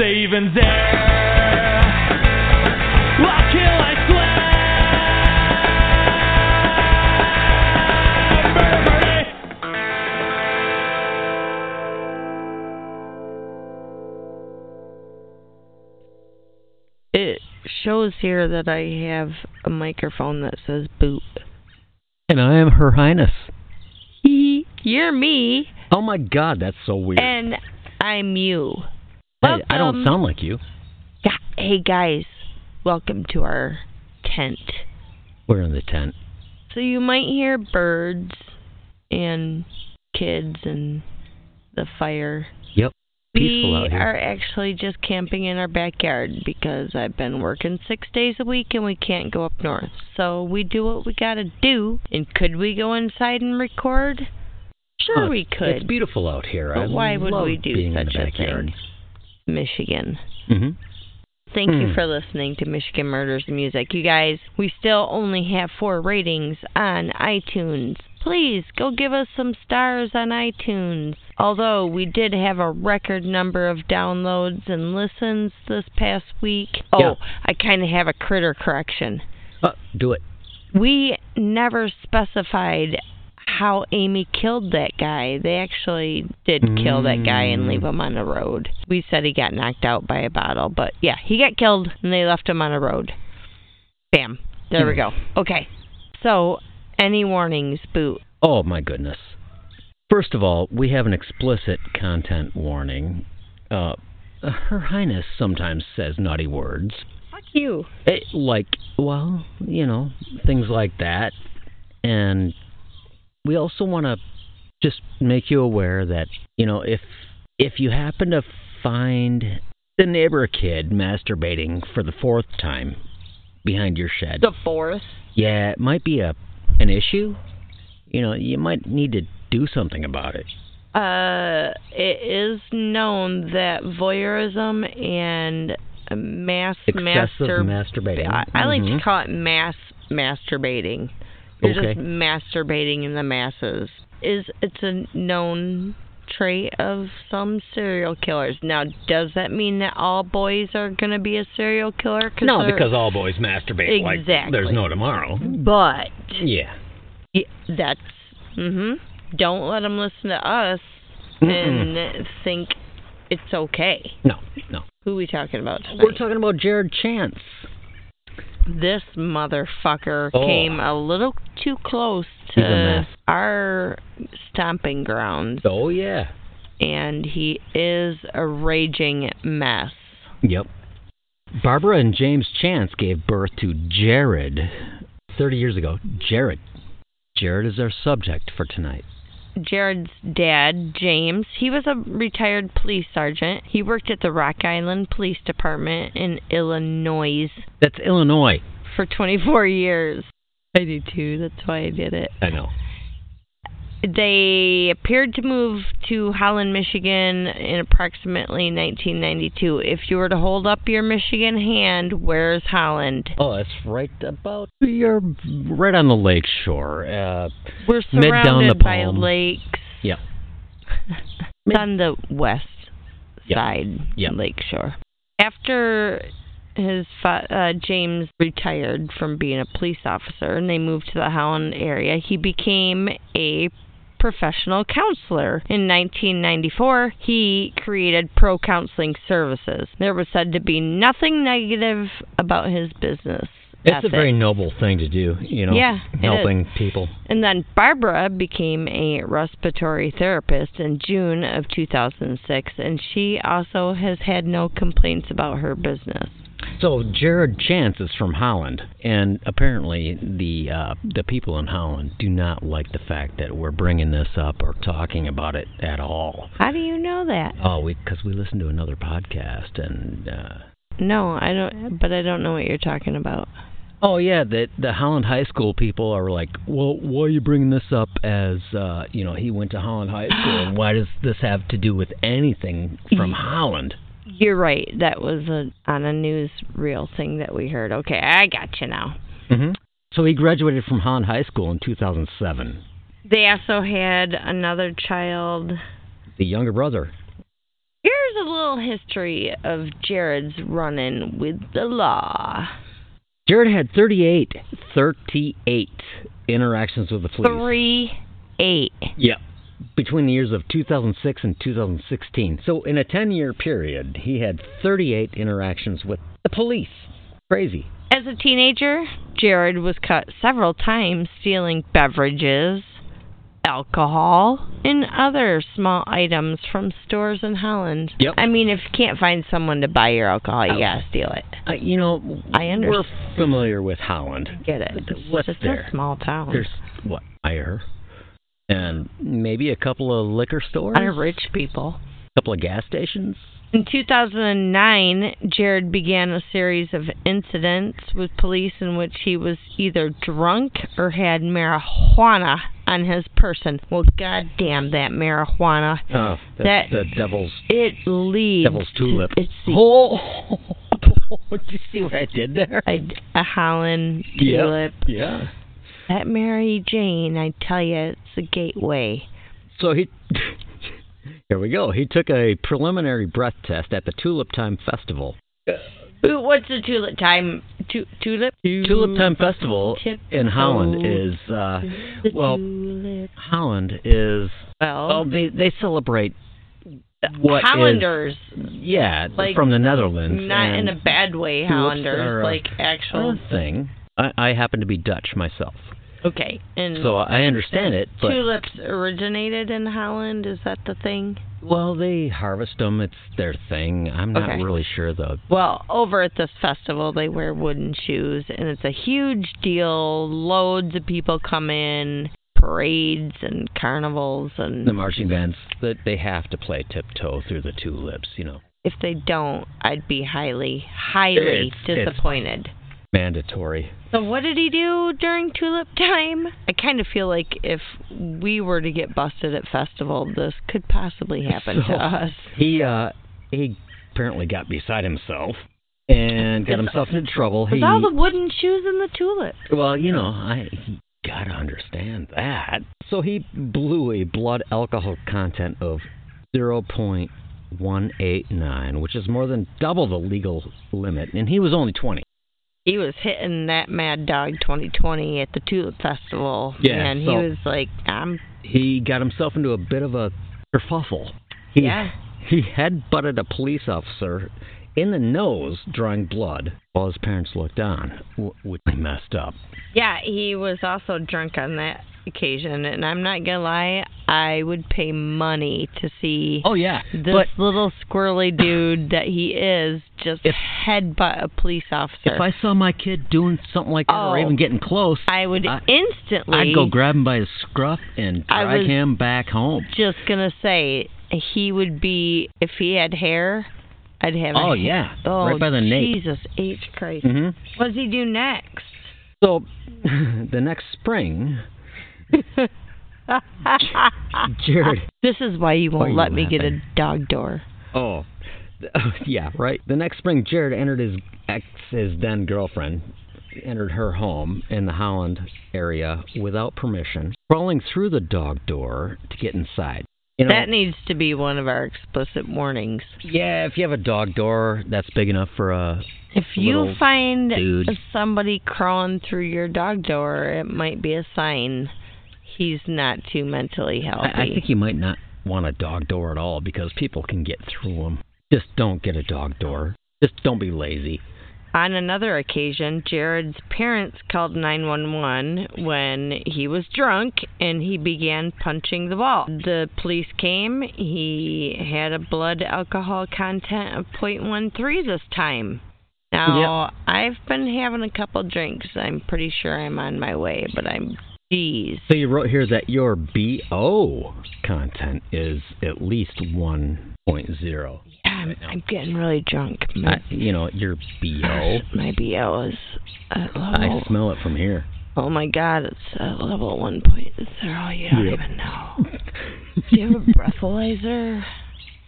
even dare. I'll kill, I swear. Burn, burn it. It shows here that I have a microphone that says boot. And I am Her Highness. You're me, Oh my God, that's so weird. and I'm you. Hey, I welcome. don't sound like you. Gu- Hey guys, welcome to our tent. We're in the tent. So you might hear birds and kids and the fire. Yep. Peaceful we out here. are actually just camping in our backyard because I've been working six days a week and we can't go up north. So we do what we gotta do. And could we go inside and record? Sure, Oh, we it's- could. It's beautiful out here. But I why would love we do being in such the a backyard. Michigan. hmm Thank you Hmm. for listening to Michigan Murders and Music. You guys, we still only have four ratings on iTunes. Please go give us some stars on iTunes. Although we did have a record number of downloads and listens this past week. Oh, Yeah. I kind of have a critter correction. Uh, do it. We never specified how Amy killed that guy. They actually did kill that guy and Mm. leave him on the road. We said he got knocked out by a bottle, but yeah, he got killed and they left him on a road. Bam. There we go. Okay. So, any warnings, Boot? Oh my goodness. First of all, we have an explicit content warning. Uh, Her Highness sometimes says naughty words. Fuck you. It, like, well, you know, things like that. And we also want to just make you aware that, you know, if if you happen to find the neighbor kid masturbating for the fourth time behind your shed, The fourth. yeah, it might be a an issue. You know, you might need to do something about it. Uh, it is known that voyeurism and mass Excessive masturbation. masturbating. I, I like Mhm. to call it mass masturbating. You're Okay. just masturbating in the masses. Is it's a known trait of some serial killers. Now, does that mean that all boys are going to be a serial killer? no, they're- because all boys masturbate. Like Exactly. there's no tomorrow. but Yeah. y- that's mhm. Don't let them listen to us Mm-mm. and think it's okay. No, no. Who we talking about tonight? We're talking about Jared Chance. this motherfucker Oh. came a little too close He's a mess. to our stomping grounds, Oh yeah. and he is a raging mess. Yep. Barbara and James Chance gave birth to Jared 30 years ago. Jared. Jared is our subject for tonight. Jared's dad, James, he was a retired police sergeant. He worked at the Rock Island Police Department in Illinois That's Illinois. for 24 years. I do too. That's why I did it. I know. they appeared to move to Holland, Michigan in approximately 1992. If you were to hold up your Michigan hand, where's Holland? Oh, that's right about you're right on the lake shore. Uh, We're Mid down the surrounded by palm. lakes. Yep. It's on the west Yep. side Yep. lakeshore. After his fa- uh, James retired from being a police officer and they moved to the Holland area, he became a professional counselor. In 1994, he created Pro Counseling Services. There was said to be nothing negative about his business. it's a ethic. very noble thing to do, you know, Yeah, it is. helping people. And then Barbara became a respiratory therapist in June of 2006, and she also has had no complaints about her business. So Jared Chance is from Holland, and apparently the uh, the people in Holland do not like the fact that we're bringing this up or talking about it at all. How do you know that? Oh, because we, listened to another podcast, and uh, No, I don't, but I don't know what you're talking about. oh yeah, the the Holland high school people are like, well, why are you bringing this up? As uh, you know, he went to Holland High School, and why does this have to do with anything from Holland? You're right. That was a, on a newsreel thing that we heard. Okay, I got you now. Mm-hmm. So he graduated from Holland High School in 2007. They also had another child. The younger brother. Here's a little history of Jared's run-in with the law. Jared had 38, 38 interactions with the police. Three eight. Yep. Between the years of 2006 and 2016. So, in a 10 year period, he had 38 interactions with the police. Crazy. As a teenager, Jared was caught several times stealing beverages, alcohol, and other small items from stores in Holland. Yep. I mean, if you can't find someone to buy your alcohol, you Oh. gotta steal it. Uh, you know, I under- we're familiar with Holland. Get it? What's it's there? a small town. There's, what, Meyer? And maybe a couple of liquor a stores? lot of rich people. A couple of gas stations? In 2009, Jared began a series of incidents with police in which he was either drunk or had marijuana on his person. Well, goddamn that marijuana. Oh, That- that's the devil's It leads. devil's tulip. It's the, Oh, did you see what I did there? a, a Holland Yeah. tulip. Yeah. That Mary Jane, I tell you, it's a gateway. So he, here we go. He took a preliminary breath test at the Tulip Time Festival. Ooh, what's the tulip time? Tu- tulip? Tulip Time Festival Tip- in oh. Holland is, uh, The well, tulip. Holland is, Well, well, they, they celebrate Um, what is- Hollanders. yeah, like, from the Netherlands. Not in and a bad way, Tulips Hollanders. are, uh, Like actual. another thing. I, I happen to be Dutch myself, okay, and so I understand it. But tulips originated in Holland. Is that the thing? Well, they harvest them. It's their thing. I'm not Okay. really sure though. Well, over at this festival, they wear wooden shoes, and it's a huge deal. Loads of people come in, parades and carnivals, and The marching bands that they have to play tiptoe through the tulips. You know, if they don't, I'd be highly, highly It's- it's- disappointed. mandatory. So what did he do during tulip time? I kind of feel like if we were to get busted at festival, this could possibly happen So, to us. He uh he apparently got beside himself and got With- himself into trouble. With He all the wooden shoes and the tulip. well, you know, I he gotta understand that. So he blew a blood alcohol content of zero point one eight nine, which is more than double the legal limit, and he was only twenty. He was hitting that Mad Dog 2020 at the Tulip Festival. Yeah, And he so- was like, I'm, he got himself into a bit of a kerfuffle. He, yeah. He headbutted a police officer in the nose, drawing blood, while his parents looked on, wh- which they messed up. Yeah, he was also drunk on that occasion. And I'm not going to lie, I would pay money to see Oh, yeah. this but little squirrely dude that he is just If- headbutt a police officer. if I saw my kid doing something like that or Oh. even getting close, I would I- instantly. I'd go grab him by his scruff and I drag was- him back home. just gonna say he would be if he had hair. I'd have. Oh, a, yeah. Oh, right by the nape. Jesus H Christ. hmm What does he do next? So the next spring, Jared This is why you Why are won't you let me get a laughing? dog door. Oh, yeah, right. The next spring, Jared entered his ex, his then girlfriend, entered her home in the Holland area without permission, crawling through the dog door to get inside. You know, that needs to be one of our explicit warnings. yeah, if you have a dog door that's big enough for a If you Little find dude. somebody crawling through your dog door, it might be a sign he's not too mentally healthy. I, I think you might not want a dog door at all because people can get through them. Just don't get a dog door. Just don't be lazy. On another occasion, Jared's parents called 911 when he was drunk and he began punching the wall. The police came. He had a blood alcohol content of 0.13 this time. Now, I've been having a couple drinks. I'm pretty sure I'm on my way, but I'm geez. So you wrote here that your BO content is at least 1.0. Yeah, I'm, I'm getting really drunk. I, My, you know, your BO. my BO is at I level. smell it from here. Oh my god, it's at level 1.0. You don't Yep. even know. Do you have a breathalyzer?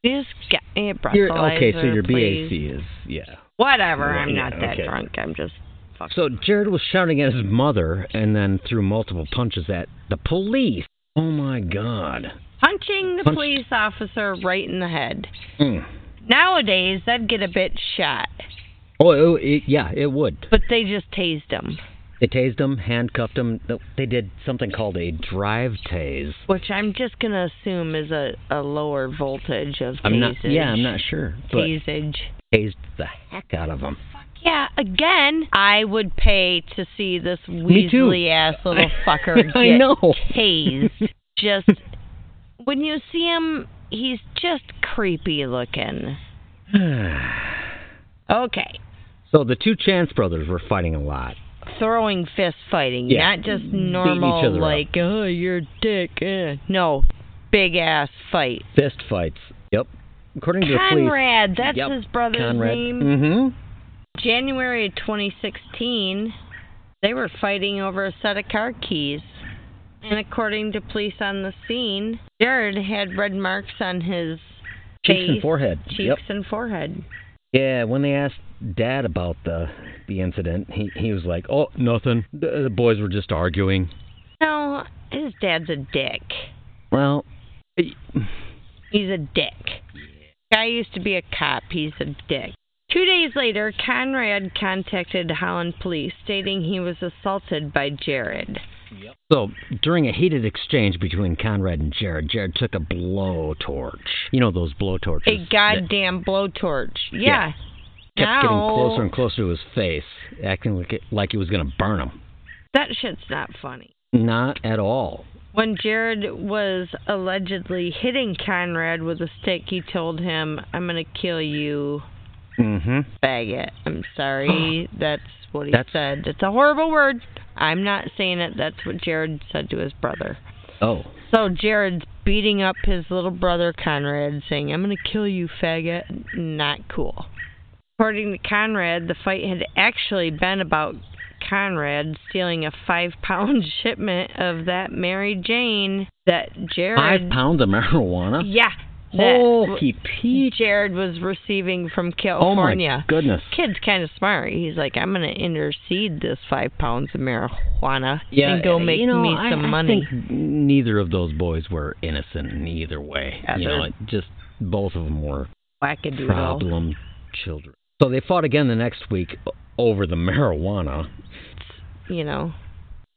You just get me a breathalyzer. Your- okay, so your please. BAC is, yeah. Whatever, I'm Yeah, not that okay. drunk. I'm just. Fuck. So Jared was shouting at his mother and then threw multiple punches at the police. Oh my God. Punching the Punch- police officer right in the head. Mm. Nowadays, that'd get a bit shot, Oh, it, it, yeah, it would. but they just tased him, They tased him, handcuffed him. No, They did something called a drive tase. which I'm just gonna assume is a, a lower voltage of tasage. I'm not. Yeah, I'm not sure. But Tasage. tased the heck out of him. Yeah, again, I would pay to see this Me too. weaselly ass little I- fucker get I know. tased. Just when you see him, he's just creepy looking. Okay, so the two Chance brothers were fighting a lot. throwing fist fighting, Yeah, not just beating each normal other up. like oh you're a dick. Eh. No, big ass fight. Fist fights. Yep. According to the police. Conrad, that's Yep, his brother's Conrad. name. Mm-hmm. January of 2016, they were fighting over a set of car keys. And according to police on the scene, Jared had red marks on his Cheeks face, and forehead. cheeks, Yep. and forehead. Yeah. When they asked Dad about the the incident, he he was like, "Oh, nothing. The, the boys were just arguing." No, his dad's a dick. Well, y- He's a dick. Guy used to be a cop. He's a dick. Two days later, Conrad contacted Holland police stating he was assaulted by Jared. So, during a heated exchange between Conrad and Jared, Jared took a blowtorch. You know those blowtorches. A that goddamn blowtorch. Yeah. Yeah. kept getting Ow. closer and closer to his face, acting like it, like he was going to burn him. That shit's not funny. Not at all. When Jared was allegedly hitting Conrad with a stick, he told him, I'm going to kill you, Mm-hmm. faggot. I'm sorry. That's what he That's- said. It's a horrible word. I'm not saying it. That's what Jared said to his brother. Oh, So Jared's beating up his little brother Conrad, saying, I'm going to kill you, faggot. Not cool. According to Conrad, the fight had actually been about Conrad stealing a five pound shipment of that Mary Jane that five Jared. pounds of marijuana. Yeah. That Holy peach. Jared was receiving from Oh my California. goodness. Kid's kind of smart. He's like, I'm going to intercede this five pounds of marijuana Yeah, and go uh, make you know, me I- some I money. think neither of those boys were innocent in either way. Yeah, you know, they're- it just both of them were Wackadoodle. problem children. So they fought again the next week o- over the marijuana. you know.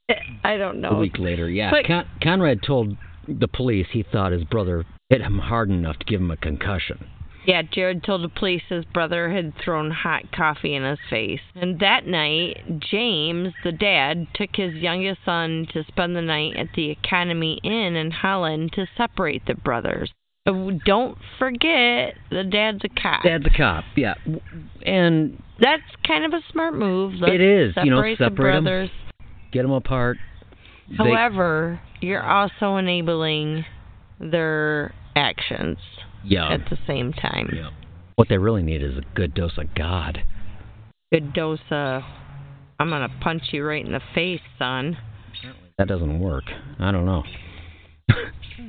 Eh, I don't A know. week later, yeah. Oh. But- Con- Conrad told the police he thought his brother hit him hard enough to give him a concussion. Yeah, Jared told the police his brother had thrown hot coffee in his face. And that night, James, the dad, took his youngest son to spend the night at the Economy Inn in Holland to separate the brothers. Uh, Don't forget, the dad's a cop. Dad's a cop, yeah, W- and That's kind of a smart move. Let's It is, separate you know, the separate 'em. brothers. get him apart. They- However, you're also enabling their actions yeah, at the same time. Um, yeah. What they really need is a good dose of God. good dose of I'm gonna punch you right in the face, son. That doesn't work. I don't know.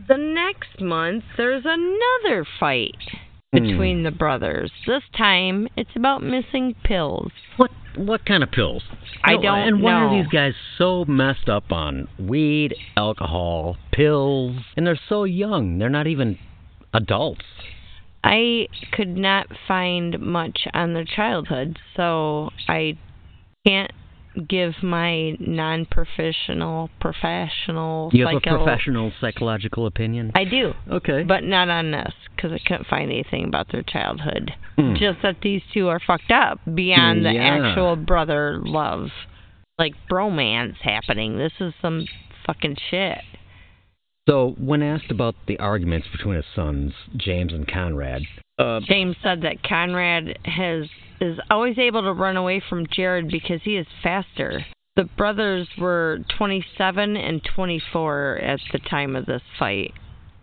The next month there's another fight Hmm. between the brothers. This time it's about missing pills. What what kind of pills? I No, don't And why are know. these guys so messed up on weed, alcohol, pills? And they're so young. They're not even adults. I could not find much on their childhood, so I can't give my non professional professional You have psycho a professional psychological opinion. I do. okay. But not on this, because I couldn't find anything about their childhood. Hmm. Just that these two are fucked up beyond the Yeah. actual brother love. Like bromance happening. This is some fucking shit. so when asked about the arguments between his sons, James and Conrad, uh, James said that Conrad has is always able to run away from Jared because he is faster. The brothers were 27 and 24 at the time of this fight,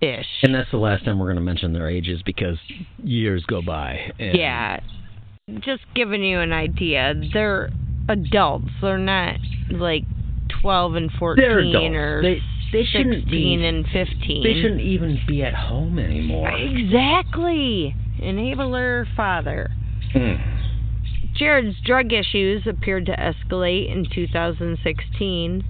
ish. and that's the last time we're going to mention their ages because years go by. And Yeah. Just giving you an idea. They're adults. They're not like 12 and 14 They're adults. or They- they shouldn't 16 be- and 15. They shouldn't even be at home anymore. Exactly. Enabler father. Mm. Jared's drug issues appeared to escalate in 2016.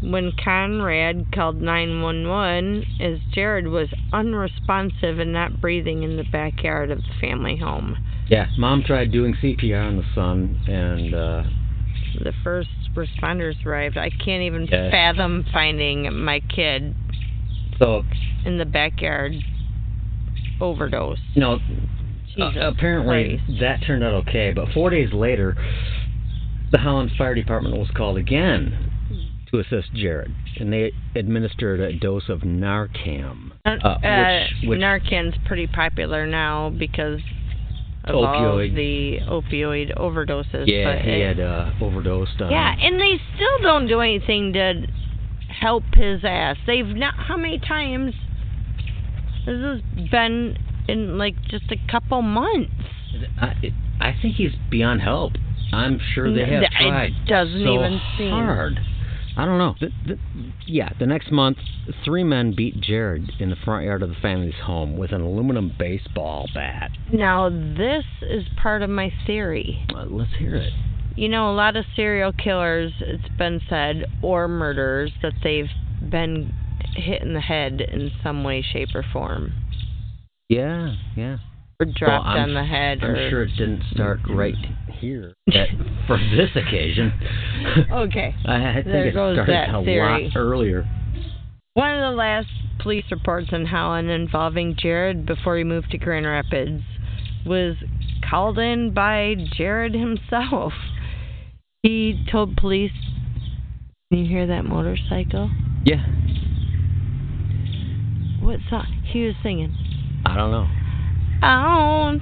When Conrad called 911, as Jared was unresponsive and not breathing in the backyard of the family home. Yeah, mom tried doing CPR on the son, and uh, the first responders arrived. I can't even Yeah. fathom finding my kid so in the backyard overdose. you know, Jesus uh, apparently Christ. that turned out okay. But four days later, the Holland Fire Department was called again to assist Jared, and they administered a dose of Narcan, Uh, uh, which, which Narcan's pretty popular now because of all Opioid. the opioid overdoses. yeah, but he it- had uh, overdosed on. eh? yeah, and they still don't do anything to help his ass. They've not. How many times has this been in like just a couple months? I, I think he's beyond help. I'm sure they have It tried. doesn't so even seem- hard. I don't know. The, the, yeah, the next month, three men beat Jared in the front yard of the family's home with an aluminum baseball bat. Now this is part of my theory. Uh, let's hear it. You know, a lot of serial killers, it's been said, or murderers, that they've been hit in the head in some way, shape, or form. Yeah, yeah. Or dropped Well, I'm- on the head. I'm or... Mm-hmm. sure it didn't start right here at, for this occasion. Okay. I, I think Oh, there it goes started that a theory. lot earlier. One of the last police reports in Holland involving Jared before he moved to Grand Rapids was called in by Jared himself. He told police, Can you hear that motorcycle? Yeah, What song? He was singing. I don't know. on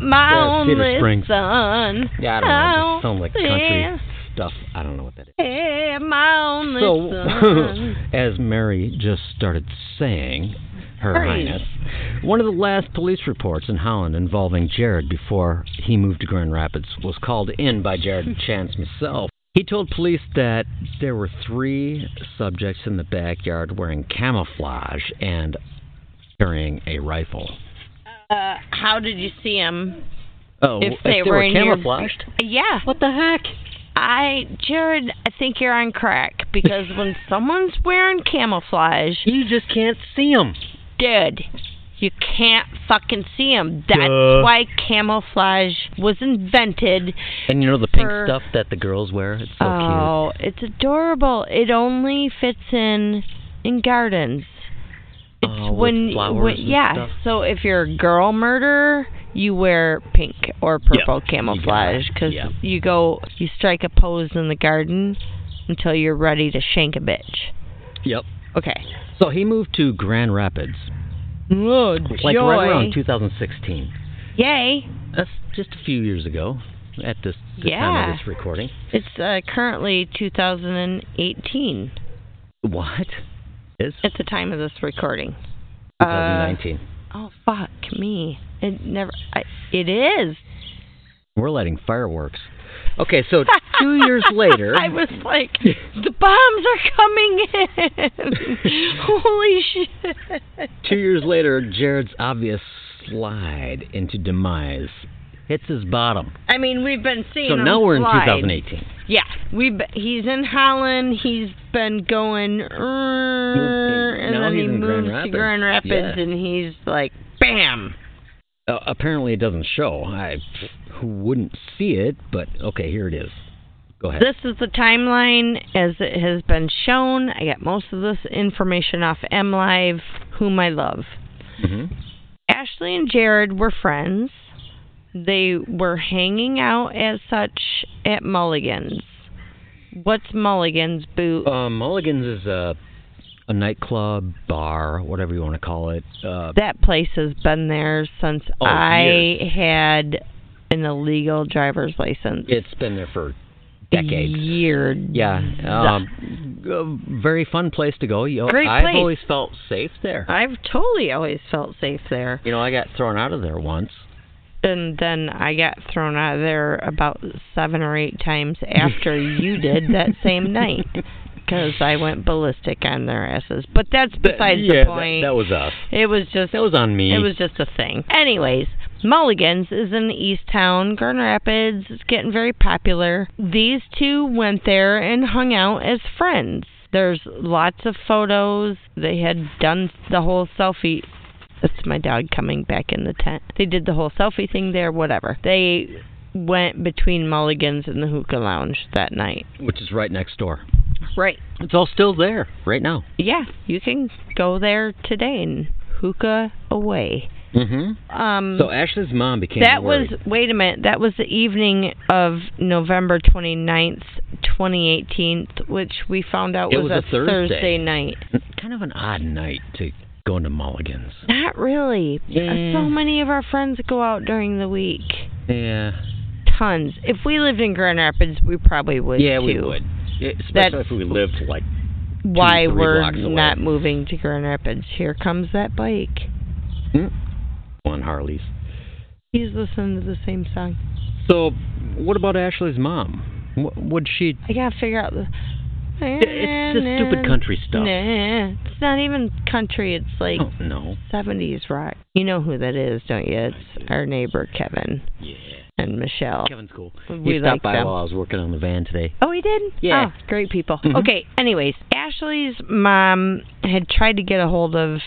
my Yeah, it's Cedar only Springs. son. Yeah, I don't know. It out just sounds like country there. stuff. I don't know what that is. Yeah, my only So, son. as Mary just started saying, Her Mary. Highness, one of the last police reports in Holland involving Jared before he moved to Grand Rapids was called in by Jared Chance himself. He told police that there were three subjects in the backyard wearing camouflage and carrying a rifle. Uh, how did you see him? Oh, If they were in your- camouflaged? Yeah, What the heck? I, Jared, I think you're on crack because when someone's wearing camouflage, You just can't see them. dude, you can't fucking see him. That's Duh. why camouflage was invented And you know the pink For- stuff that the girls wear? It's so cute. oh, it's adorable. It only fits in in gardens. It's Oh, with when, flowers when and yeah. stuff? So if you're a girl murderer, you wear pink or purple camouflage Yeah. because Yeah. you go you strike a pose in the garden until you're ready to shank a bitch. Yep. Okay. So he moved to Grand Rapids, Oh, like joy! right around 2016. Yay! That's just a few years ago. At this, the time Yeah. of this recording. It's uh, currently 2018 What? It's at the time of this recording. Uh, 2019. Oh fuck me! It never. I, it is. We're lighting fireworks. Okay, so two years later. I was like, the bombs are coming in. Holy shit! Two years later, Jared's obvious slide into demise hits his bottom. I mean, we've been seeing. So him now we're in slide. 2018. Yeah, we. He's in Holland. He's been going. "Er," and Now then he's he in Grand moves to Rapids. Grand Rapids, Yeah. and he's like, bam. Uh, apparently, it doesn't show. I who wouldn't see it, but okay, here it is. Go ahead. This is the timeline as it has been shown. I got most of this information off M Live, whom I love. Mhm. Ashley and Jared were friends. They were hanging out as such at Mulligan's. What's Mulligan's boot? Uh, Mulligan's is a a nightclub, bar, whatever you want to call it. Uh, that place has been there since Oh, I years. had an illegal driver's license. it's been there for decades. Years. Yeah, um, a very fun place to go. You know, Great I've place. always felt safe there. I've totally always felt safe there. You know, I got thrown out of there once. And then I got thrown out of there about seven or eight times after you did that same night. Because I went ballistic on their asses. But that's That- besides yeah, the that- point. That, was us. It was just That was on me. it was just a thing. Anyways, Mulligan's is in Easttown, Grand Rapids. It's getting very popular. These two went there and hung out as friends. There's lots of photos. They had done the whole selfie. That's my dog coming back in the tent. They did the whole selfie thing there, whatever. They went between Mulligan's and the hookah lounge that night. which is right next door. Right. It's all still there right now. Yeah, you can go there today and hookah away. Mm-hmm. Um, So Ashley's mom became that worried. was wait a minute that was the evening of november 29th 2018 which we found out It was, was a Thursday. night kind of an odd night to go into Mulligan's. not really Uh, Yeah. so many of our friends go out during the week Yeah. tons if we lived in grand rapids we probably would yeah, too. we would. Yeah, Especially That's- if we lived like why three we're blocks away. not moving to grand rapids here comes that bike Hmm? on Harley's. he's listening to the same song So, what about Ashley's mom? What would she? i gotta figure out the It's just stupid country stuff. Nah, it's not even country. It's like Oh no. 70s rock. You know who that is, don't you? It's our neighbor Kevin Yeah. and Michelle. Kevin's cool. We he stopped like by them. while I was working on the van today. Oh, he did? Yeah. Oh, great people. Mhm. Okay, anyways, Ashley's mom had tried to get a hold of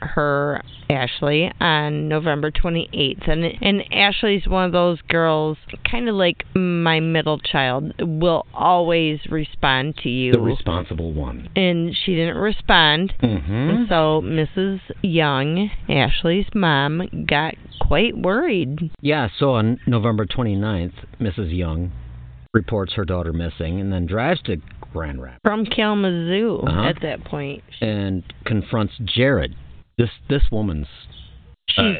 her, Ashley, on November 28th. And, and Ashley's one of those girls, kind of like my middle child, will always respond to you. The responsible one. and she didn't respond. Mm-hmm. And so Mrs. Young, Ashley's mom, got quite worried. Yeah, so on November 29th, Mrs. Young reports her daughter missing and then drives to Grand Rapids From Kalamazoo Uh-huh. at that point. and confronts Jared. This this woman's She's uh,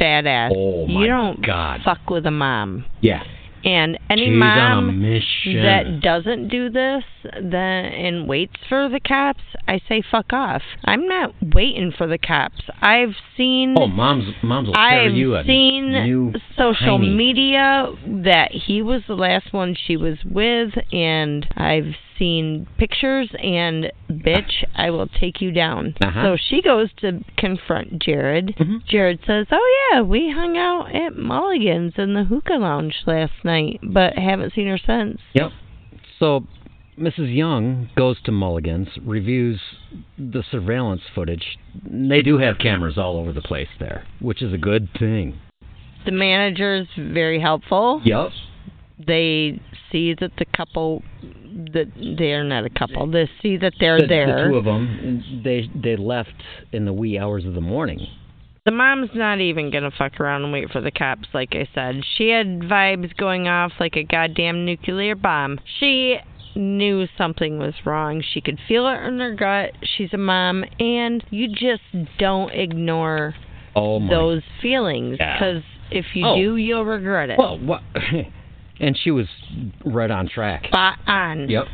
badass. oh my you don't God. fuck with a mom. yeah, And any she's on a mom mission. that doesn't do this then and waits for the cops, I say fuck off. I'm not waiting for the cops. I've seen oh, mom's mom's will carry I've you a seen new social tiny- media that he was the last one she was with, and I've seen pictures. And bitch, I will take you down. Uh-huh. So she goes to confront Jared. Mhm. Jared says, "Oh yeah, we hung out at Mulligan's in the hookah lounge last night, but haven't seen her since." Yep. So Mrs. Young goes to Mulligan's, reviews the surveillance footage. They do have cameras all over the place there, which is a good thing. The manager's very helpful. Yep. They see that the couple. That they are not a couple. They see that they're the, the there. two of them, they they left in the wee hours of the morning. The mom's not even gonna fuck around and wait for the cops, like I said. She had vibes going off like a goddamn nuclear bomb. She knew something was wrong. She could feel it in her gut. She's a mom, and you just don't ignore Oh my! those feelings Yeah. because if you Oh. do, you'll regret it. Well, what? and she was right on track. Spot on. Yep.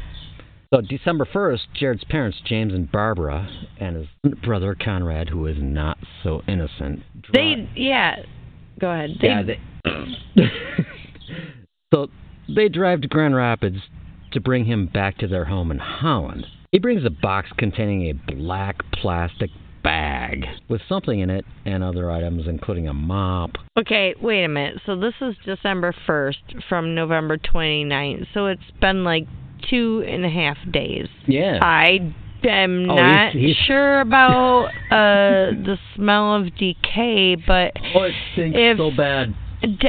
So December first, Jared's parents, James and Barbara, and his brother Conrad, who is not so innocent. They, yeah. Go ahead. They, yeah, they, so they drive to Grand Rapids to bring him back to their home in Holland. He brings a box containing a black plastic bag with something in it and other items, including a mop. Okay, wait a minute. So this is December 1st from November 29th. So it's been like two and a half days. Yeah. I am Oh, not he's- he's- sure about uh, the smell of decay, but oh, it stinks if- so bad. d-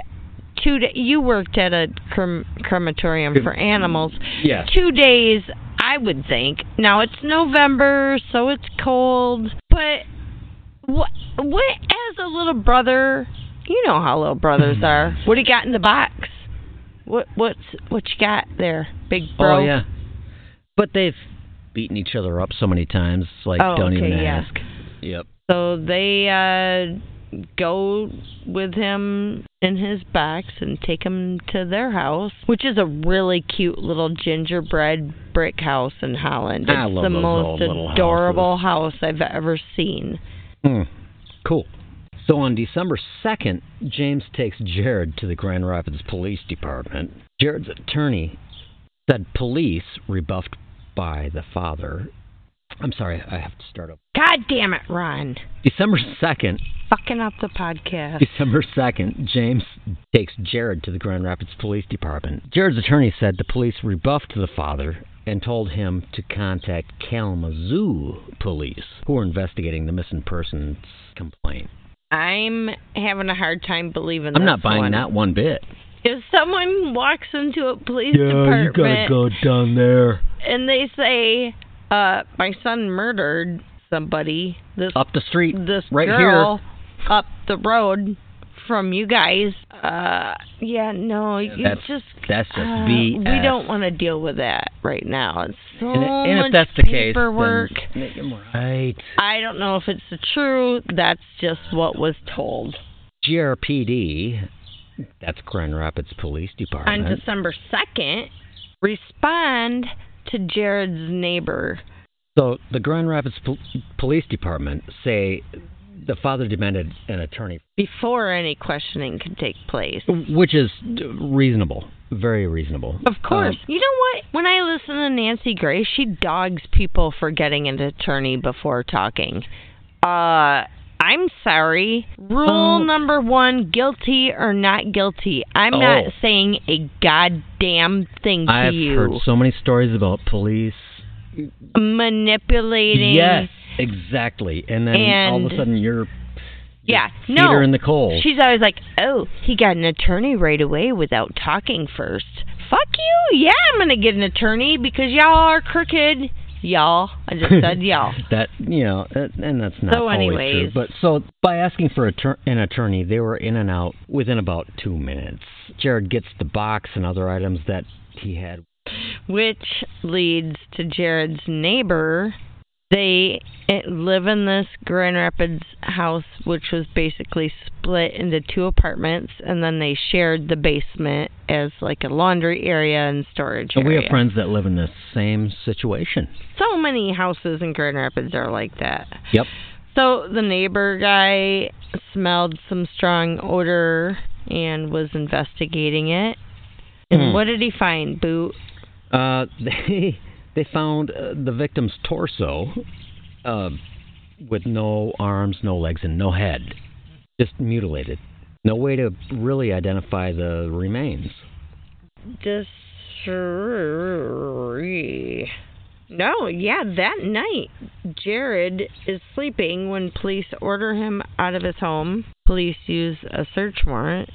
two da you worked at a crem- crematorium for animals. Yes. Two days, I would think. Now it's November, so it's cold, but what? What as a little brother? You know how little brothers Hmm. are. What do you got in the box? What what's what you got there, big bro? Oh yeah. But they've beaten each other up so many times, it's like Oh, don't okay, even yeah. ask. Yep. So they uh, go with him in his box and take him to their house, which is a really cute little gingerbread brick house in Holland. I it's love the those most old little adorable house I've ever seen. Hmm. Cool. So on December 2nd, James takes Jared to the Grand Rapids Police Department. Jared's attorney said police, rebuffed by the father. I'm sorry, I have to start up. God damn it, Ron. December 2nd, fucking up the podcast. December 2nd, James takes Jared to the Grand Rapids Police Department. Jared's attorney said the police rebuffed the father and told him to contact Kalamazoo police, who are investigating the missing person's complaint. I'm having a hard time believing. I'm this not buying one. that one bit. If someone walks into a police department down there. and they say, uh, "My son murdered somebody," this Up the street, this right girl up the road from you guys. Uh, yeah, no, you that's- just here. That's just uh, BS. We don't want to deal with that right now. It's so And, and much if that's the case, then- paperwork. right. I don't know if it's the true. That's just what was told GRPD, that's Grand Rapids Police on Department. December second. Respond to Jared's neighbor. So the Grand Rapids Pol- Police Department say the father demanded an attorney, before any questioning can take place. which is reasonable, very reasonable. Of course. Um, you know what? When I listen to Nancy Grace, she dogs people for getting an attorney before talking. Uh, I'm sorry. Rule Oh. number one guilty or not guilty. I'm Oh. not saying a goddamn thing to I've you. heard so many stories about police. Manipulating. Yes, exactly. And then all of a And- sudden you're Yeah. feet No. are in the cold. She's always like, "Oh, he got an attorney right away without talking first. Fuck you! Yeah, I'm gonna get an attorney because y'all are crooked, y'all. I just said y'all. that you know, and and that's not So always true. anyways. But so by asking for attor- an attorney, they were in and out within about two minutes. Jared gets the box and other items that he had. Which leads to Jared's neighbor. They eh, live in this Grand Rapids house, which was basically split into two apartments, and then they shared the basement as like a laundry area and storage And we area. have friends that live in the same situation. So many houses in Grand Rapids are like that. Yep. So the neighbor guy smelled some strong odor and was investigating it. And Hmm. what did he find, Boot? Uh, they they found uh, the victim's torso, uh, with no arms, no legs, and no head, just mutilated. No way to really identify the remains. Disagree. No, yeah, that night, Jared is sleeping when police order him out of his home. Police use a search warrant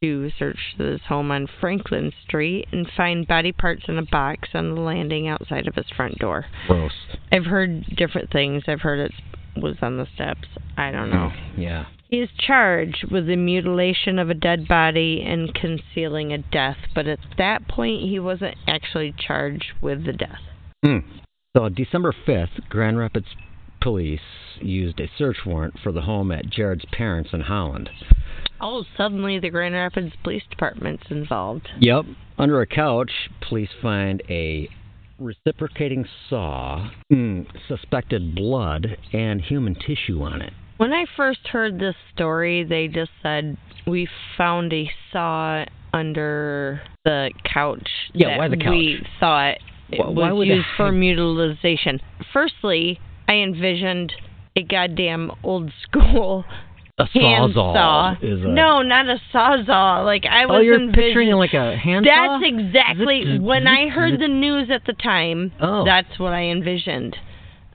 to search his home on Franklin Street and find body parts in a box on the landing outside of his front door. Gross. I've heard different things. I've heard it was on the steps. I don't know. Yeah. He is charged with the mutilation of a dead body and concealing a death, but at that point he wasn't actually charged with the death. So, on December 5th, Grand Rapids police used a search warrant for the home at Jared's parents in Holland. Oh, suddenly the Grand Rapids Police Department's involved. Yep. Under a couch, police find a reciprocating saw, mm, suspected blood, and human tissue on it. When I first heard this story, they just said we found a saw under the couch. Yeah, that why the couch? We thought it Wh- why was would they used for hide- mutilation. Firstly, I envisioned a goddamn old school A hand sawzall saw. is a. no, not a sawzall. Like I was Oh, you're envisioning. picturing like a hand saw? that's exactly Zip, when zip, I heard zip. the news at the time. Oh. That's what I envisioned.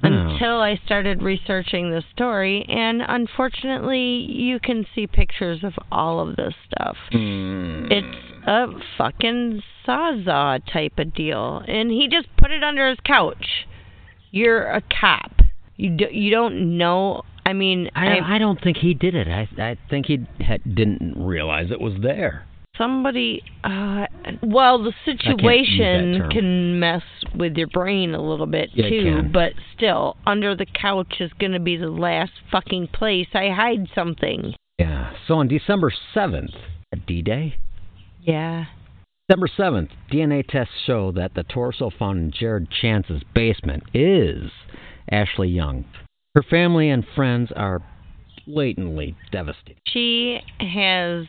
Oh. Until I started researching the story, and unfortunately, you can see pictures of all of this stuff. Mm. It's a fucking sawzall type of deal, and he just put it under his couch. You're a cop. You do, you don't know. I mean, I, I don't think he did it. I I think he had, didn't realize it was there. somebody uh well the that situation term. can mess with your brain a little bit Yeah, it too can. but still under the couch is going to be the last fucking place i hide something Yeah. So on December 7th, D Day, yeah December 7th, DNA tests show that the torso found in Jared Chance's basement is Ashley Young. Her family and friends are blatantly devastated. she has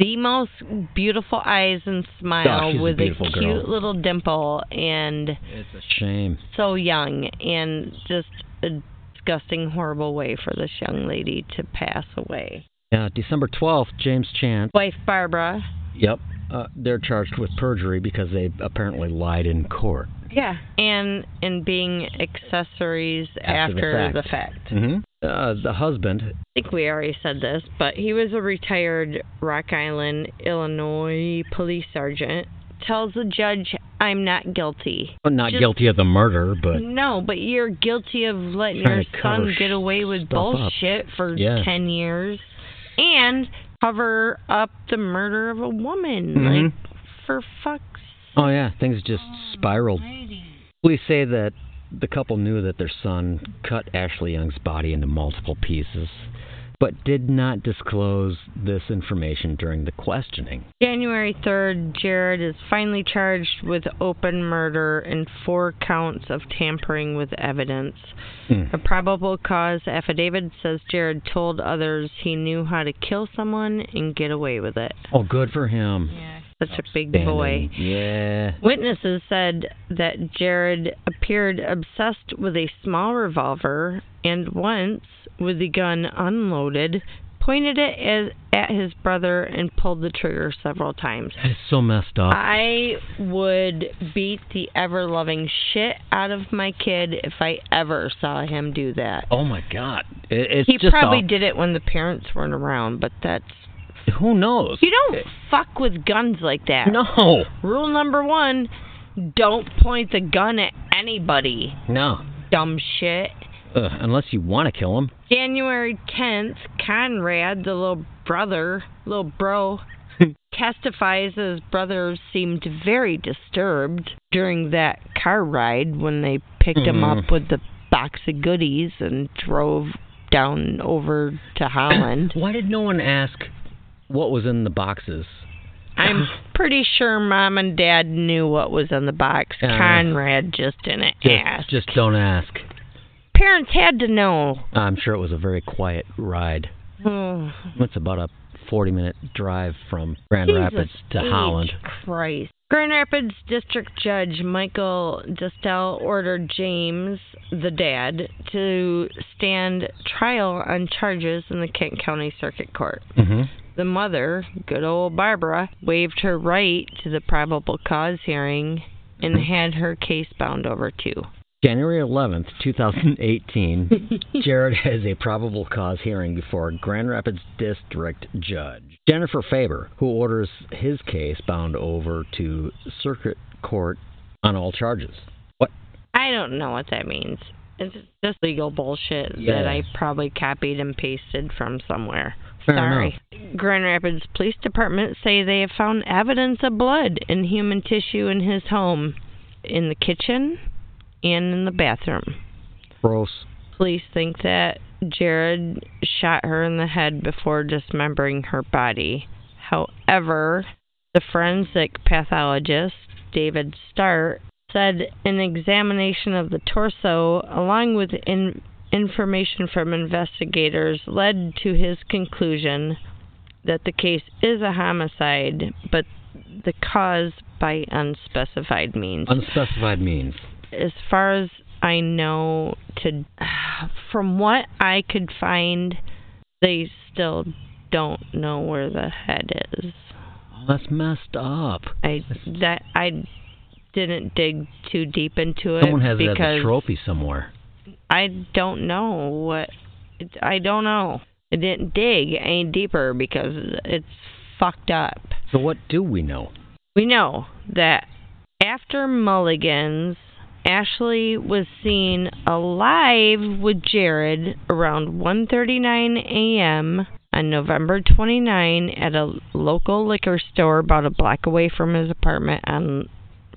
the most beautiful eyes and Oh, smile she's a with a, beautiful cute girl. little dimple and It's a shame. so young and just a disgusting, horrible way for this young lady to pass away. Yeah, Uh, December 12th, James Chance. Wife Barbara. Yep. Uh, they're charged with perjury because they apparently lied in court. Yeah. And and being accessories After after, the the fact. Mm-hmm. Uh, the husband, I think we already said this, but he was a retired Rock Island, Illinois police sergeant. Tells the judge, "I'm not guilty." well, not Just- guilty of the murder, but no, but you're guilty of letting Trying your to cover son get away with stuff up. bullshit for Yeah. ten years, and cover up the murder of a woman. Mhm. Like for fuck's oh yeah, things just spiraled. sake. We say that the couple knew that their son cut Ashley Young's body into multiple pieces, but did not disclose this information during the questioning. January 3rd, Jared is finally charged with open murder and four counts of tampering with evidence. Hmm. A probable cause affidavit says Jared told others he knew how to kill someone and get away with it. Oh, good for him. Such a big boy. Yeah. Witnesses said that Jared appeared obsessed with a small revolver and once, with the gun unloaded, pointed it as, at his brother and pulled the trigger several times. It's so messed Uh, up. I would beat the ever loving shit out of my kid if I ever saw him do that. oh my God. It, it's He just probably awful. did it when the parents weren't around, but that's Who knows? Eh, you don't fuck with guns like that. No. Rule number one: don't point the gun at anybody. No. Dumb shit. Ugh, unless you want to kill him. January 10th, Conrad, the little brother, little bro, testifies that his brother seemed very disturbed during that car ride when they picked him Mhm. up with the box of goodies and drove down over to Holland. Why did no one ask what was in the boxes? I'm pretty sure mom and dad knew what was in the box. Yeah. Conrad just didn't Uh-huh. Just, ask. just don't ask. Parents had to know. I'm sure it was a very quiet ride. Oh, It's about a 40 minute drive from Grand Jesus Rapids to H. Holland. Christ. Grand Rapids District Judge Michael Distel ordered James, the dad, to stand trial on charges in the Kent County Circuit Court. Mm-hmm. The mother, good old Barbara, waived her right to the probable cause hearing and had her case bound over too. January 11th, 2018, Jared has a probable cause hearing before a Grand Rapids District Judge Jennifer Faber, who orders his case bound over to Circuit Court on all charges. What? I don't know what that means. It's just legal bullshit Yeah. that I probably copied and pasted from somewhere. Fair Sorry. Grand Rapids Police Department say they have found evidence of blood and human tissue in his home, in the kitchen, and in the bathroom. Gross. Police think that Jared shot her in the head before dismembering her body. However, the forensic pathologist, David Start, said an examination of the torso, along with in- information from investigators, led to his conclusion that the case is a homicide, but the cause by unspecified means Unspecified means. as far as I know, to from what I could find, they still don't know where the head is. Oh, that's messed up. I that I didn't dig too deep into it Someone has it as a because trophy somewhere. I don't know what it- I don't know. I didn't dig any deeper because it's fucked up. So what do we know? We know that after Mulligan's, Ashley was seen alive with Jared around 1:39 a.m. on November 29 at a local liquor store about a block away from his apartment on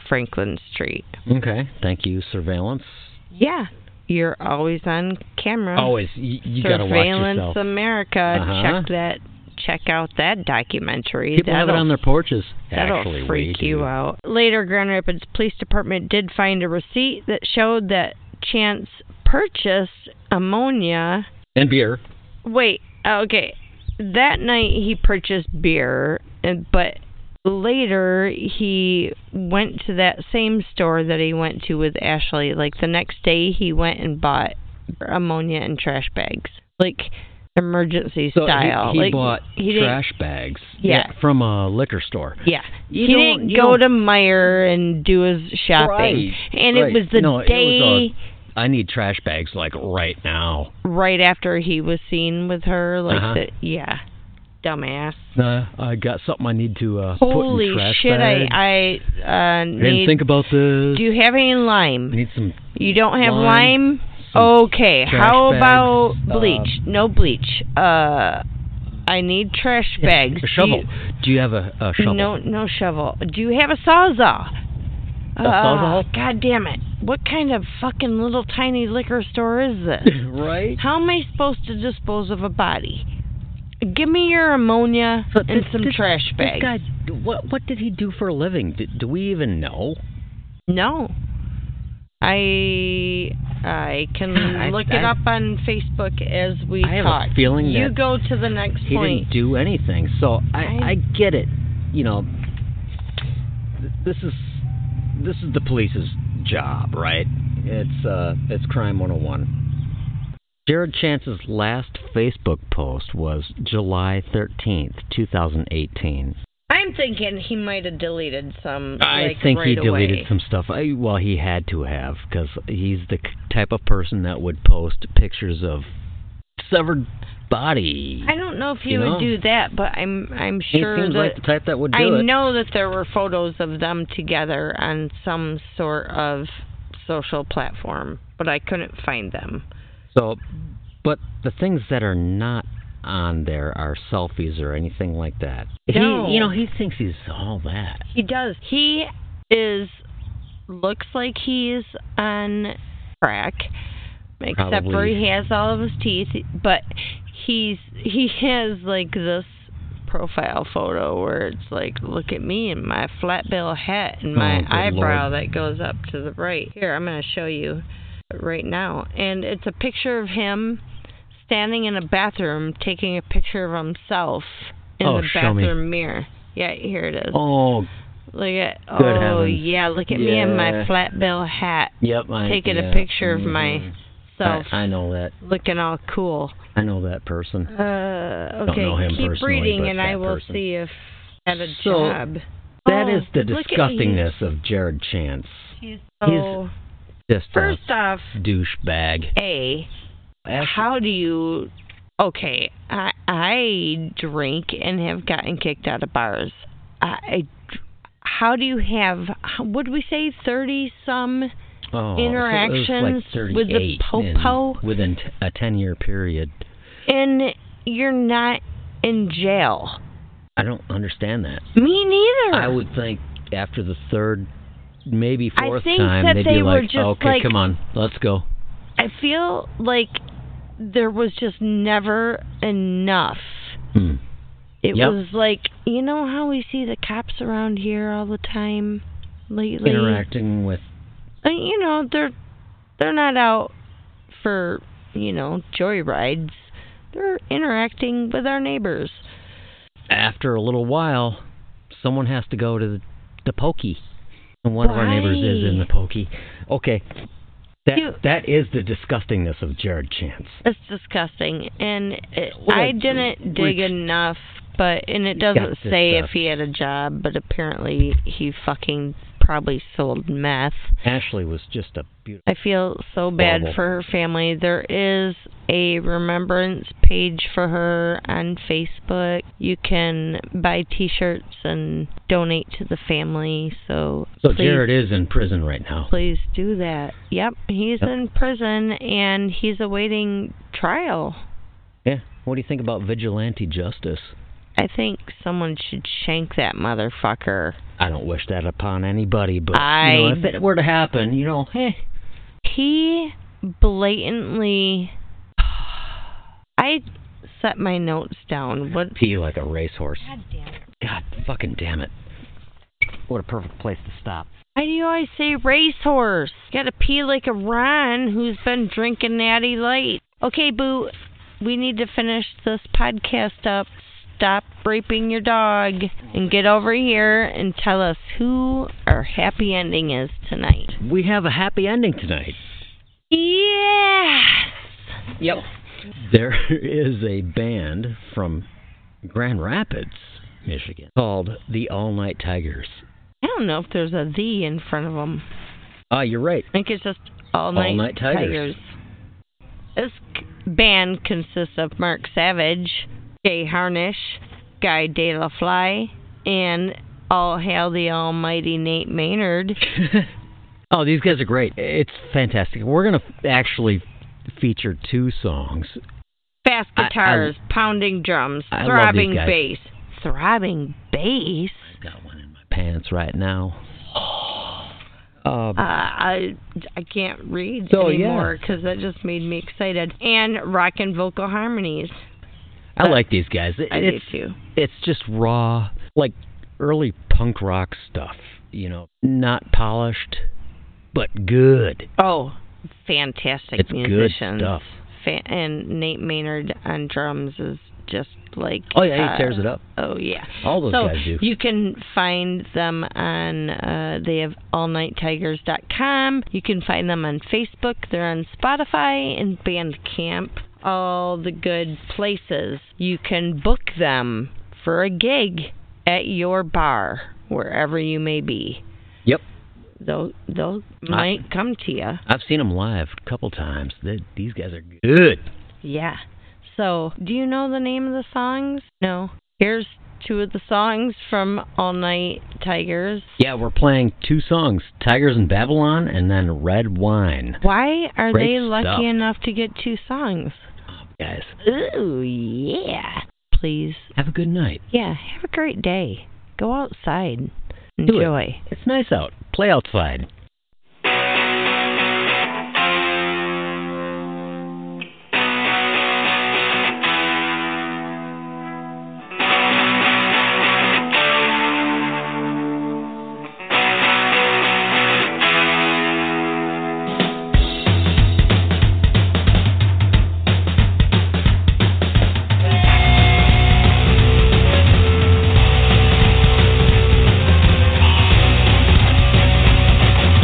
Franklin Street. Okay. Thank you, surveillance. Yeah, you're always on camera. Always, you, Oh, you gotta watch Oh, Surveillance yourself. America. Uh-huh. Check that. Check out that documentary. People have it That'll on their porches. That'll Actually, we freak you do. out. Later, Grand Rapids Police Department did find a receipt that showed that Chance purchased ammonia. And beer. Wait, uh, okay. That night he purchased beer, and but later he went to that same store that he went to with Ashley. Like the next day, he went and bought ammonia in trash bags, like emergency So he- style. he, like, bought he didn't- trash bags Yeah. from a liquor store. Yeah. You he don't- didn't you go don't- to Meyer and do his shopping. Right, and right. it was the No, it was day I need trash bags like right now. right after he was seen with her. Like, Uh-huh. the, yeah. Dumbass. Uh, I got something I need to uh, put Holy in trash shit, bag. I, I uh, I didn't need. think about this. do you have any lime? need some. You don't have Lime, lime? some okay. trash How bags, about uh, bleach? no bleach. Uh I need trash bags. A Do shovel. you- Do you have a, a shovel? No no shovel. Do you have a sawzall? A Ah, sawzall? God damn it. What kind of fucking little tiny liquor store is this? right? How am I supposed to dispose of a body? Give me your ammonia But and this- some this- trash This bags. guy, what what did he do for a living? Do, do we even know? No. I I can I- look it I- up on Facebook as we I have a talk. feeling you that go to the next He point. didn't do anything. So I, I- I get it. You know, th- this is this is the police's job, right? It's uh, it's crime 101. Jared Chance's last Facebook post was July 13th, 2018. I'm thinking he might have deleted some. I like, think he right away. deleted some stuff. I, well, he had to have because he's the k- type of person that would post pictures of severed body. I don't know if he You would know? do that, but I'm I'm he sure seems that like the type that would do I it. know that there were photos of them together on some sort of social platform, but I couldn't find them. So, but the things that are not on there are selfies or anything like that. No. He, you know, he thinks he's all that. He does. He is looks like he's on crack, except for Probably. he has all of his teeth. But he's he has like this profile photo where it's like, look at me and my flat bill hat and my Oh, good eyebrow Lord. that goes up to the right. Here, I'm gonna show you right now, and it's a picture of him standing in a bathroom taking a picture of himself in Oh, the show me. bathroom mirror. Yeah, here it is. Oh, Look at Good oh heavens. yeah, look at me in my Yeah. flat bill hat, yep. I, Taking a yeah, picture of my mhm. self I, I know that. looking all cool. I know that person. Uh, Don't okay, know him keep personally, reading but and I that will person. see if I have a So, job. That Oh, is the look at- disgustingness of Jared Chance. He's, he's so, Just first off, a douchebag. a how do you? Okay, I I drink and have gotten kicked out of bars. I, I how do you have? Would we say thirty some? Oh, so it was interactions like with the 38 in- popo? within t- a ten-year period. And you're not in jail. I don't understand that. Me neither. I would think after the third, maybe I fourth think time, that they'd they be were like, just "Okay, like- come on, let's go." I feel like there was just never enough. Hmm. It Yep. was like you know how we see the cops around here all the time lately. Interacting with Uh, You know they're they're not out for you know joyrides. They're interacting with our neighbors. after a little while, someone has to go to the, the pokey, and one of our neighbors is in the Right. pokey. Okay, that You- that is the disgustingness of Jared Chance. It's disgusting, and it, What I a- didn't we're dig ex- enough. But and it got doesn't this say if stuff. he had a job, but apparently he fucking probably sold meth. Ashley was just a beautiful. I feel so bad Horrible. for her family. There is a remembrance page for her on Facebook. You can buy T-shirts and donate to the family. So So please Jared is in prison right now. please do that. Yep, he's Yep. in prison and he's awaiting trial. Yeah. What do you think about vigilante justice? I think someone should shank that motherfucker. I don't wish that upon anybody, but I- you know, if it were to happen, you know, hey, He blatantly. I set my notes down. What? pee like a racehorse. God damn it. God fucking damn it. What a perfect place to stop. Why do you always say racehorse? Gotta pee like a Ron who's been drinking Natty Light. Okay, Boo, we need to finish this podcast up. Stop raping your dog and get over here and tell us who our happy ending is tonight. We have a happy ending tonight. Yes. Yep. There is a band from Grand Rapids, Michigan, called the All Night Tigers. I don't know if there's a the in front of them. Ah, you're right. I think it's just all night, Night Tigers. This c- band consists of Mark Savage, Jay Harnish, Guy De La Fly, and All Hail the Almighty Nate Maynard. oh, these guys are great. It's fantastic. We're gonna f- actually feature two songs. Fast I- I- guitars, pounding drums, I love these throbbing guys. bass. Throbbing bass? I've got one in my pants right now. Uh, Uh, I I can't read So, yeah. anymore because that just made me excited. And rock and vocal harmonies. I like these guys. It- I it's do too. it's just raw, like early punk rock stuff. You know, not polished, but good. Oh, fantastic It's good musicians. stuff. Fa- and Nate Maynard on drums is just like Oh yeah, uh, he tears it up. Oh yeah, All those so guys do. you can find them on uh, they have allnighttigers.com. You can find them on Facebook. They're on Spotify and Bandcamp. All the good places. You can book them for a gig at your bar wherever you may be. Yep. They'll they'll might come to you. I've seen them live a couple times. They, these guys are good. Yeah. So, do you know the name of the songs? No. Here's two of the songs from All Night Tigers. Yeah, we're playing two songs: "Tigers in Babylon" and then "Red Wine." Why are Great they lucky stuff. enough to get two songs? Guys, Ooh, yeah. Please. have a good night. Yeah, have a great day. Go outside. it. Enjoy. It's nice out. Play outside. Thank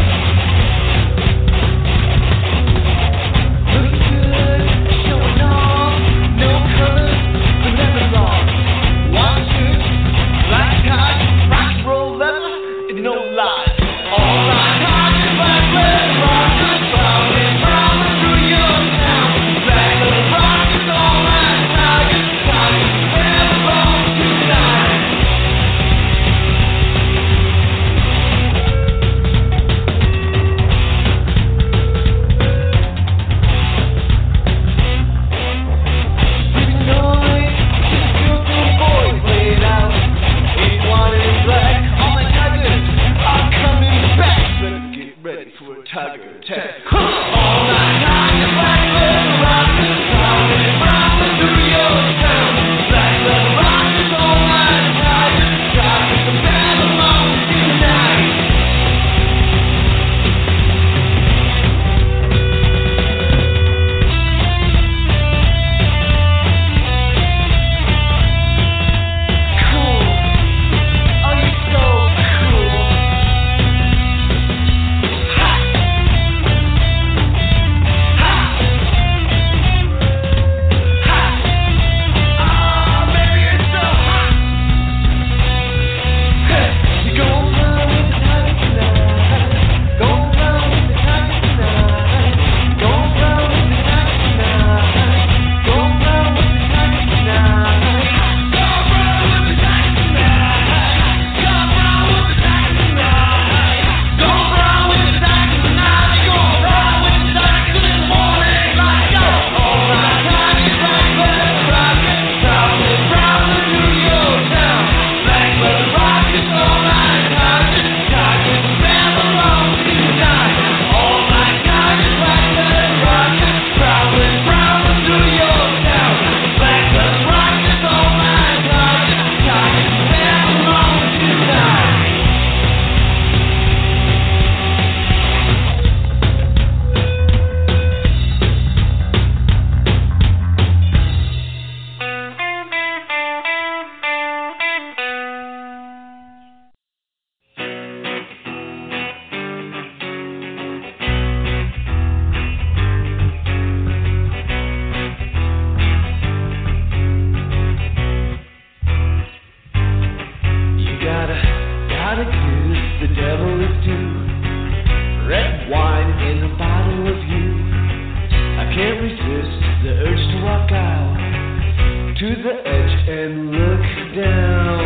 the edge and look down.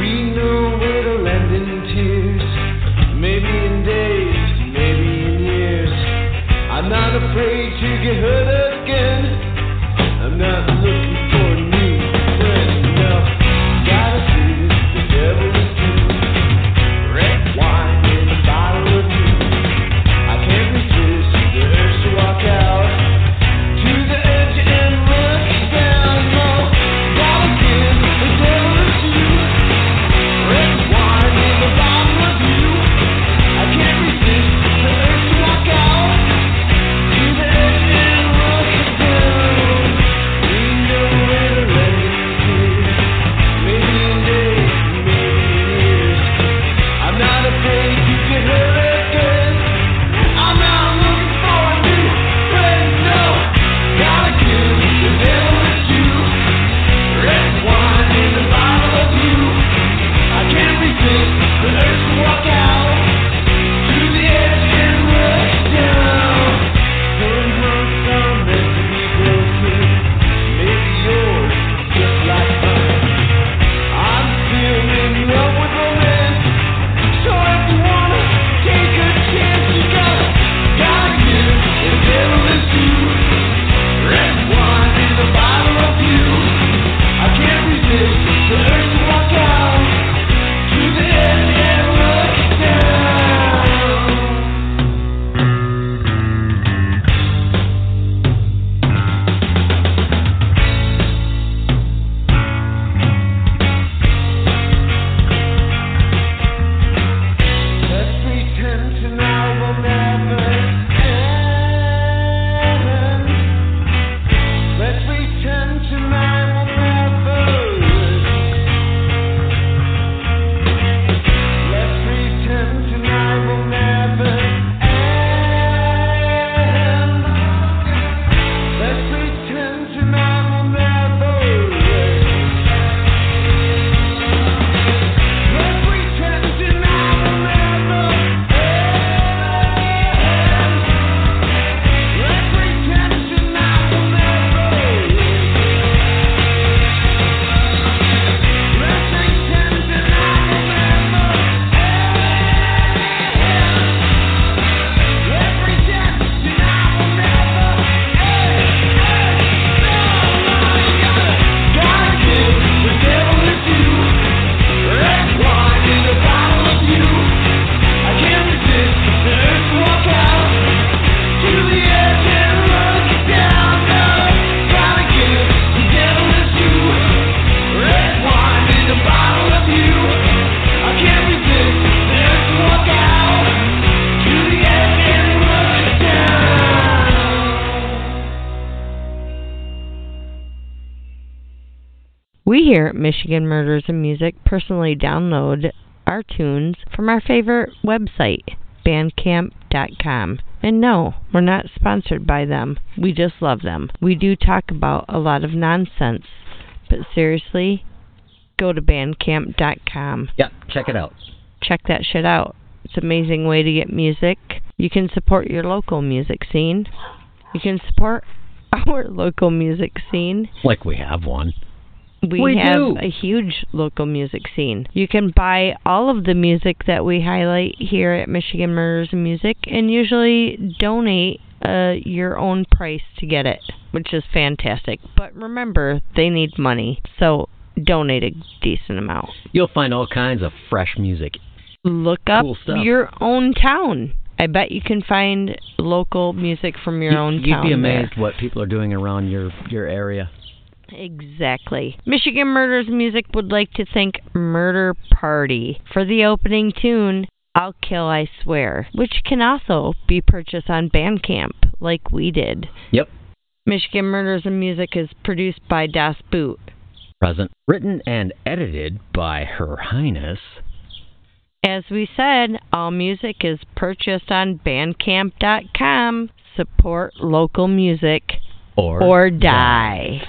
We know where to land in tears. Maybe in days, maybe in years. I'm not afraid to get hurt again. I'm not looking for a new friend. No, gotta see this. The devil is through. Red wine in a bottle of blue. I can't resist the urge to walk out. To the edge and look down low. Gotta see the devil is through. Red wine in a bottle of blue. I can't resist the urge to walk out. To the edge and look down. We know where to land is. Maybe in days, maybe in years. I'm not afraid to get hurt again. I'm not looking for a new friend, no. Gotta kill the devil is you. Red wine in the bottle of you. I can't resist the urge to walk out. To the edge and rush down. Pulling hearts are meant to be broken. Maybe yours is just like mine. I'm still in love with romance. So if you wanna take a chance, you gotta, gotta give the devil is you. Red wine in the bottle of you. I can't resist the urge to walk out to the end and look down. Let's pretend tonight will never end. Let's pretend tonight will never end. Let's pretend tonight will never end. Let's pretend tonight will never end. Let's pretend tonight will never end. Let's pretend tonight will never end. Let's pretend tonight will never end. Let's pretend tonight will never end. No, gotta give the devil his due. Red wine in a bottle of you. I can't resist the urge to walk out to the edge and look down. No, gotta give the devil his due. Red wine in a bottle of you. I can't resist the urge to walk out to the edge and look down. We here at Michigan Murders and Music personally download our tunes from our favorite website, bandcamp.com. And no, we're not sponsored by them. We just love them. We do talk about a lot of nonsense, but seriously, go to bandcamp.com. Yep, check it out. Check that shit out. It's an amazing way to get music. You can support your local music scene. You can support our local music scene. Like we have one. We, We have do. a huge local music scene. You can buy all of the music that we highlight here at Michigan Murders and Music and usually donate uh, your own price to get it, which is fantastic. But remember, they need money, so donate a decent amount. You'll find all kinds of fresh music. Look up Cool stuff. your own town. I bet you can find local music from your You- own You'd town. be there. amazed what people are doing around your your area. Exactly. Michigan Murders Music would like to thank Murder Party for the opening tune, I'll Kill I Swear, which can also be purchased on Bandcamp, like we did. Yep. Michigan Murders and Music is produced by Das Boot Present. Written and edited by Her Highness. As we said, all music is purchased on bandcamp.com. Support local music Or or die.